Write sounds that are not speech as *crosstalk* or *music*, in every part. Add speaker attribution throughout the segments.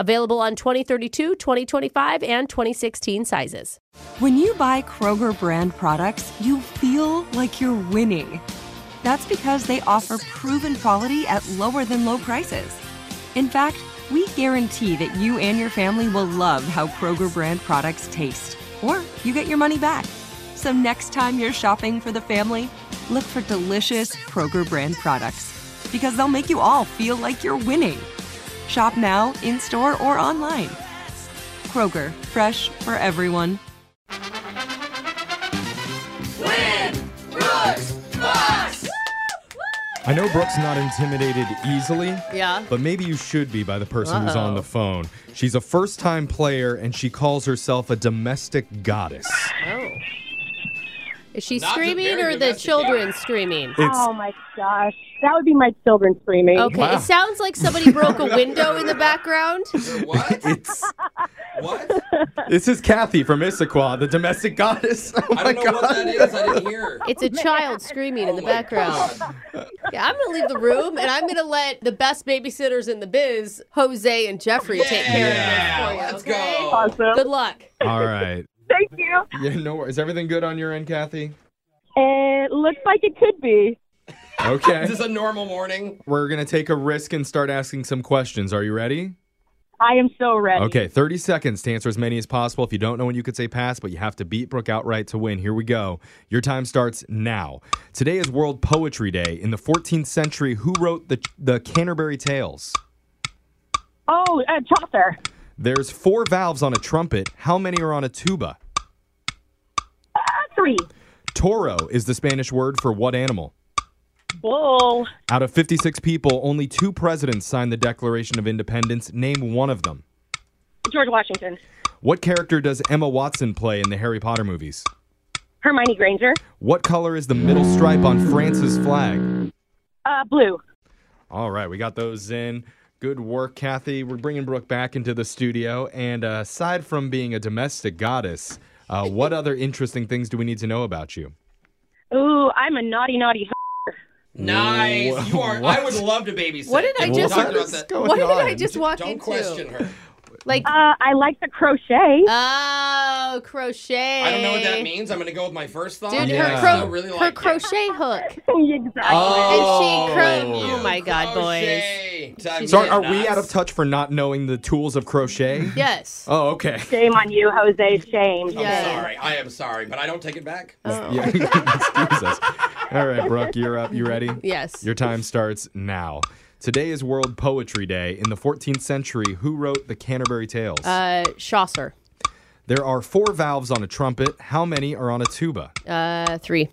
Speaker 1: Available on 2032, 2025, and 2016 sizes.
Speaker 2: When you buy Kroger brand products, you feel like you're winning. That's because they offer proven quality at lower than low prices. In fact, we guarantee that you and your family will love how Kroger brand products taste, or you get your money back. So next time you're shopping for the family, look for delicious Kroger brand products because they'll make you all feel like you're winning. Shop now, in store, or online. Kroger, fresh for everyone.
Speaker 3: I know Brooke's not intimidated easily.
Speaker 1: Yeah.
Speaker 3: But maybe you should be by the person who's
Speaker 1: Uh-oh.
Speaker 3: on the phone. She's a first time player and she calls herself a domestic goddess.
Speaker 1: Oh. Is she
Speaker 4: Not
Speaker 1: screaming
Speaker 4: very
Speaker 1: or the
Speaker 4: domestic
Speaker 1: children
Speaker 4: cat.
Speaker 1: screaming?
Speaker 3: It's
Speaker 5: Oh my gosh, that would be my children screaming.
Speaker 1: Okay,
Speaker 3: Wow.
Speaker 1: it sounds like somebody *laughs* broke a window in the background.
Speaker 4: What?
Speaker 3: *laughs* it's
Speaker 4: what?
Speaker 3: this is Kathy from Issaquah, the domestic goddess. *laughs* Oh
Speaker 4: I
Speaker 3: my
Speaker 4: don't
Speaker 3: god.
Speaker 4: know what that is. I didn't hear.
Speaker 1: It's a child screaming in the background. Yeah, I'm gonna leave the room and I'm gonna let the best babysitters in the biz, Jose and Jeffrey, take care
Speaker 3: Yeah.
Speaker 1: of this for you.
Speaker 4: Let's
Speaker 1: okay?
Speaker 4: go.
Speaker 5: Awesome.
Speaker 1: Good luck.
Speaker 3: All right.
Speaker 5: Thank you.
Speaker 3: Yeah, no worries. Is everything good on your end, Kathy?
Speaker 5: It looks like it could be.
Speaker 3: Okay.
Speaker 4: Is this a normal morning?
Speaker 3: We're going to take a risk and start asking some questions. Are you ready?
Speaker 5: I am so ready.
Speaker 3: Okay, 30 seconds to answer as many as possible. If you don't know when you could say pass, but you have to beat Brooke outright to win. Here we go. Your time starts now. Today is World Poetry Day. In the 14th century, who wrote the, the Canterbury Tales?
Speaker 5: Oh, uh, Chaucer.
Speaker 3: There's four valves on a trumpet. How many are on a tuba?
Speaker 5: Uh, three.
Speaker 3: Toro is the Spanish word for what animal?
Speaker 5: Bull.
Speaker 3: Out of 56 people, only two presidents signed the Declaration of Independence. Name one of them.
Speaker 5: George Washington.
Speaker 3: What character does Emma Watson play in the Harry Potter movies?
Speaker 5: Hermione Granger.
Speaker 3: What color is the middle stripe on France's flag?
Speaker 5: Uh, blue.
Speaker 3: All right, we got those in. Good work, Kathy. We're bringing Brooke back into the studio. And uh, aside from being a domestic goddess, uh, what other interesting things do we need to know about you?
Speaker 5: Ooh, I'm a naughty, naughty. H-
Speaker 4: Nice.
Speaker 3: Wha-
Speaker 4: You are.
Speaker 3: what?
Speaker 4: I would love to babysit.
Speaker 1: What did I
Speaker 4: We
Speaker 1: just-
Speaker 4: talked about
Speaker 3: is
Speaker 4: that.
Speaker 3: going
Speaker 1: What did
Speaker 3: on?
Speaker 1: I just walk
Speaker 4: Don't
Speaker 1: into?
Speaker 4: question her.
Speaker 1: Like,
Speaker 5: uh, I like to crochet.
Speaker 1: oh, crochet.
Speaker 4: I don't know what that means. I'm gonna go with my first thought.
Speaker 1: Dude,
Speaker 4: but I
Speaker 3: Yeah.
Speaker 1: her, cro-
Speaker 4: still really
Speaker 1: her
Speaker 4: like it.
Speaker 1: crochet hook.
Speaker 5: exactly.
Speaker 1: Oh. And she cro-
Speaker 4: You
Speaker 1: Oh my God,
Speaker 4: crochet. Time
Speaker 3: Sorry,
Speaker 4: to
Speaker 3: are
Speaker 4: get
Speaker 3: we
Speaker 4: nuts.
Speaker 3: out of touch for not knowing the tools of crochet?
Speaker 1: Yes.
Speaker 3: Oh, okay.
Speaker 5: Shame on you, Jose. Shame.
Speaker 4: I'm
Speaker 1: Yeah.
Speaker 4: sorry. I am sorry, but I don't take it back.
Speaker 3: Yeah, *laughs* excuse us. All right, Brooke, you're up. You ready?
Speaker 1: Yes.
Speaker 3: Your time starts now. Today is World Poetry Day. In the 14th century, who wrote the Canterbury Tales?
Speaker 1: Uh, Chaucer.
Speaker 3: there are four valves on a trumpet. How many are on a tuba?
Speaker 1: Uh, three.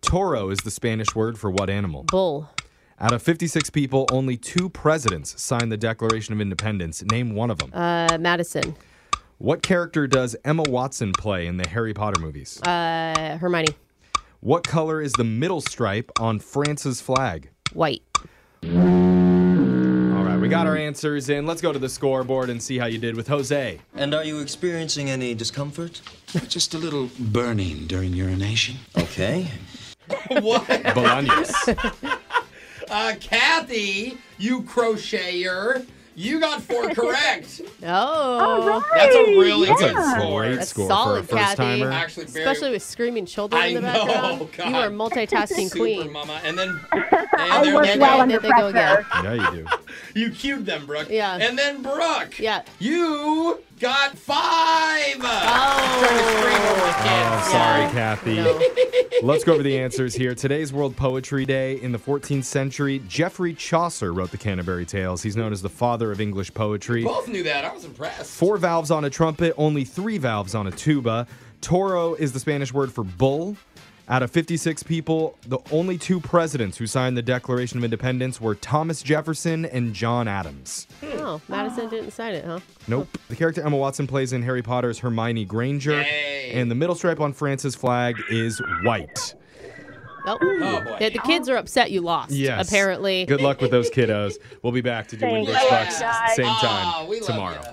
Speaker 3: Toro is the Spanish word for what animal?
Speaker 1: Bull.
Speaker 3: Out of 56 people, only two presidents signed the Declaration of Independence. Name one of them.
Speaker 1: Uh, Madison.
Speaker 3: what character does Emma Watson play in the Harry Potter movies?
Speaker 1: Uh, Hermione.
Speaker 3: what color is the middle stripe on France's flag?
Speaker 1: White.
Speaker 3: All right, we got our answers in. Let's go to the scoreboard and see how you did with Jose.
Speaker 6: And are you experiencing any discomfort?
Speaker 7: Just a little burning during urination.
Speaker 6: Okay.
Speaker 1: *laughs*
Speaker 4: What?
Speaker 3: Bolaños.
Speaker 4: Uh, Kathy, you crocheter, you
Speaker 1: *laughs*
Speaker 4: got four correct.
Speaker 1: Oh.
Speaker 4: That's a really
Speaker 3: That's
Speaker 4: good
Speaker 3: a
Speaker 4: score.
Speaker 3: great
Speaker 1: That's
Speaker 3: score
Speaker 1: solid,
Speaker 3: for a
Speaker 1: Kathy.
Speaker 3: first timer.
Speaker 4: Actually, very
Speaker 1: Especially with screaming children in
Speaker 4: I
Speaker 1: the
Speaker 4: know,
Speaker 1: background.
Speaker 4: God.
Speaker 1: You are a multitasking
Speaker 4: super,
Speaker 1: queen.
Speaker 4: mama. And then and there
Speaker 5: work
Speaker 4: they
Speaker 1: And
Speaker 4: go.
Speaker 5: well
Speaker 1: then
Speaker 5: under
Speaker 1: they go again.
Speaker 5: pressure.
Speaker 3: Yeah, you do. Oh,
Speaker 4: You cued them, Brooke.
Speaker 1: Yeah.
Speaker 4: And then Brooke.
Speaker 1: Yeah.
Speaker 4: You got five. Oh. Trying to scream over the
Speaker 3: Oh,
Speaker 4: kids.
Speaker 3: sorry,
Speaker 1: Yeah.
Speaker 3: Kathy.
Speaker 1: No.
Speaker 3: Let's go over the answers here. Today's World Poetry Day in the 14th century, Geoffrey Chaucer wrote the Canterbury Tales. He's known as the father of English poetry.
Speaker 4: Both knew that. I was impressed.
Speaker 3: Four valves on a trumpet, only three valves on a tuba. Toro is the Spanish word for bull. Out of 56 people, the only two presidents who signed the Declaration of Independence were Thomas Jefferson and John Adams.
Speaker 1: Oh, Madison didn't sign it, huh?
Speaker 3: Nope. The character Emma Watson plays in Harry Potter's Hermione Granger.
Speaker 4: Yay.
Speaker 3: And the middle stripe on France's flag is white.
Speaker 1: Nope.
Speaker 4: Oh, boy.
Speaker 1: Yeah, the kids are upset you lost,
Speaker 3: Yes.
Speaker 1: apparently.
Speaker 3: Good luck with those kiddos. We'll be back to do Win
Speaker 5: Thank
Speaker 3: Bricks
Speaker 4: you,
Speaker 3: Bucks
Speaker 5: guys.
Speaker 3: same
Speaker 4: Aw,
Speaker 3: time
Speaker 4: Ah, we love
Speaker 3: tomorrow.
Speaker 4: ya.